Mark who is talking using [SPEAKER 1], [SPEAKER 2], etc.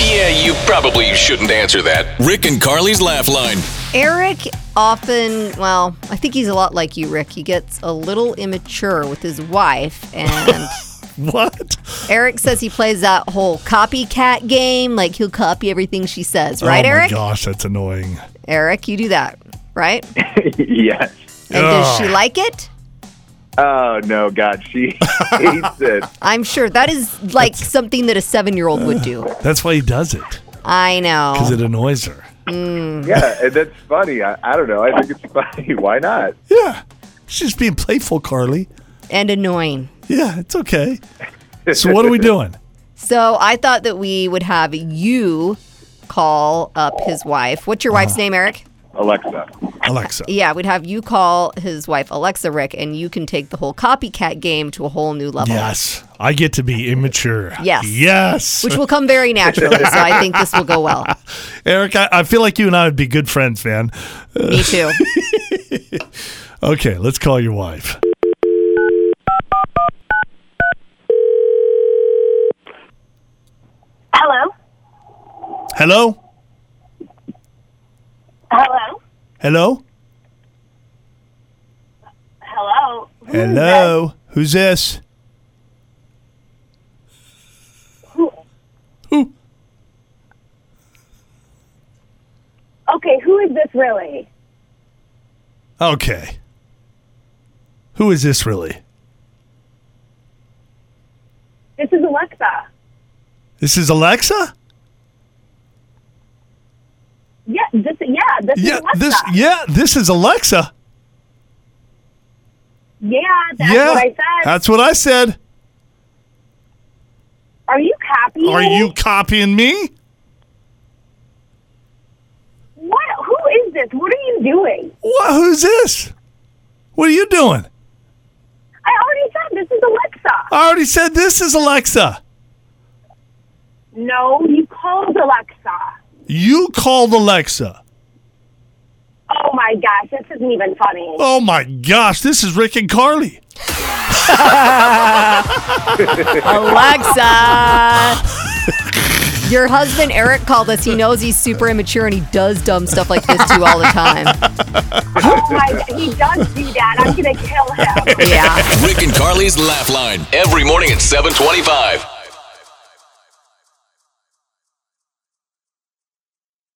[SPEAKER 1] Yeah, you probably shouldn't answer that.
[SPEAKER 2] Rick and Carly's Laugh Line.
[SPEAKER 3] Eric often, well, I think he's a lot like you, Rick. He gets a little immature with his wife. And
[SPEAKER 4] What?
[SPEAKER 3] Eric says he plays that whole copycat game. Like he'll copy everything she says, right,
[SPEAKER 4] oh
[SPEAKER 3] Eric?
[SPEAKER 4] my gosh, that's annoying.
[SPEAKER 3] Eric, you do that, right? And
[SPEAKER 5] yes.
[SPEAKER 3] does she
[SPEAKER 4] Ugh.
[SPEAKER 3] like it?
[SPEAKER 5] Oh no, God, she hates it.
[SPEAKER 3] I'm sure that is like something that a seven year old would do.
[SPEAKER 4] That's why he does it,
[SPEAKER 3] I
[SPEAKER 4] because
[SPEAKER 3] know.
[SPEAKER 4] it annoys her.
[SPEAKER 5] Yeah, and that's funny. I, I don't know. I think it's funny. Why not?
[SPEAKER 4] Yeah. She's just being playful, Carly.
[SPEAKER 3] And annoying.
[SPEAKER 4] Yeah, it's okay. So what are we doing?
[SPEAKER 3] So I thought that we would have you call up his wife. What's your
[SPEAKER 4] Uh-huh.
[SPEAKER 3] wife's name, Eric?
[SPEAKER 5] Alexa.
[SPEAKER 4] Alexa.
[SPEAKER 3] Yeah, we'd have you call his wife Alexa Rick, and you can take the whole copycat game to a whole new level.
[SPEAKER 4] Yes. I get to be immature.
[SPEAKER 3] Yes.
[SPEAKER 4] Yes.
[SPEAKER 3] Which will come very naturally, so I think this will go well.
[SPEAKER 4] Eric, I, I feel like you and I would be good friends, man.
[SPEAKER 3] Me too.
[SPEAKER 4] Okay, let's call your wife.
[SPEAKER 6] Hello?
[SPEAKER 4] Hello?
[SPEAKER 6] Hello?
[SPEAKER 4] Hello?
[SPEAKER 6] Hello?
[SPEAKER 4] Eh. Hello? Who's this? Who?
[SPEAKER 6] Okay, who is this really?
[SPEAKER 4] Okay. Who is this really?
[SPEAKER 6] This is Alexa.
[SPEAKER 4] This is Alexa?
[SPEAKER 6] Yeah, this yeah, this
[SPEAKER 4] Yeah,
[SPEAKER 6] is Alexa.
[SPEAKER 4] this yeah, this is Alexa.
[SPEAKER 6] yeah, that's
[SPEAKER 4] yeah.
[SPEAKER 6] what I said.
[SPEAKER 4] That's what I said.
[SPEAKER 6] Are you copying?
[SPEAKER 4] Are you
[SPEAKER 6] me?
[SPEAKER 4] copying me?
[SPEAKER 6] What who is this? What are you doing?
[SPEAKER 4] What who's this? What are you doing?
[SPEAKER 6] I already said this is Alexa.
[SPEAKER 4] I already said this is Alexa.
[SPEAKER 6] No, you called Alexa.
[SPEAKER 4] You called Alexa.
[SPEAKER 6] Oh my gosh, this isn't even funny.
[SPEAKER 4] Oh my gosh, this is Rick and Carly.
[SPEAKER 3] Alexa! Your husband Eric called us. He knows he's super immature and he does dumb stuff like this to you all the time.
[SPEAKER 6] Oh my he does do that. I'm gonna kill him.
[SPEAKER 3] Yeah.
[SPEAKER 2] Rick and Carly's Laugh Line.
[SPEAKER 1] Every morning at 725.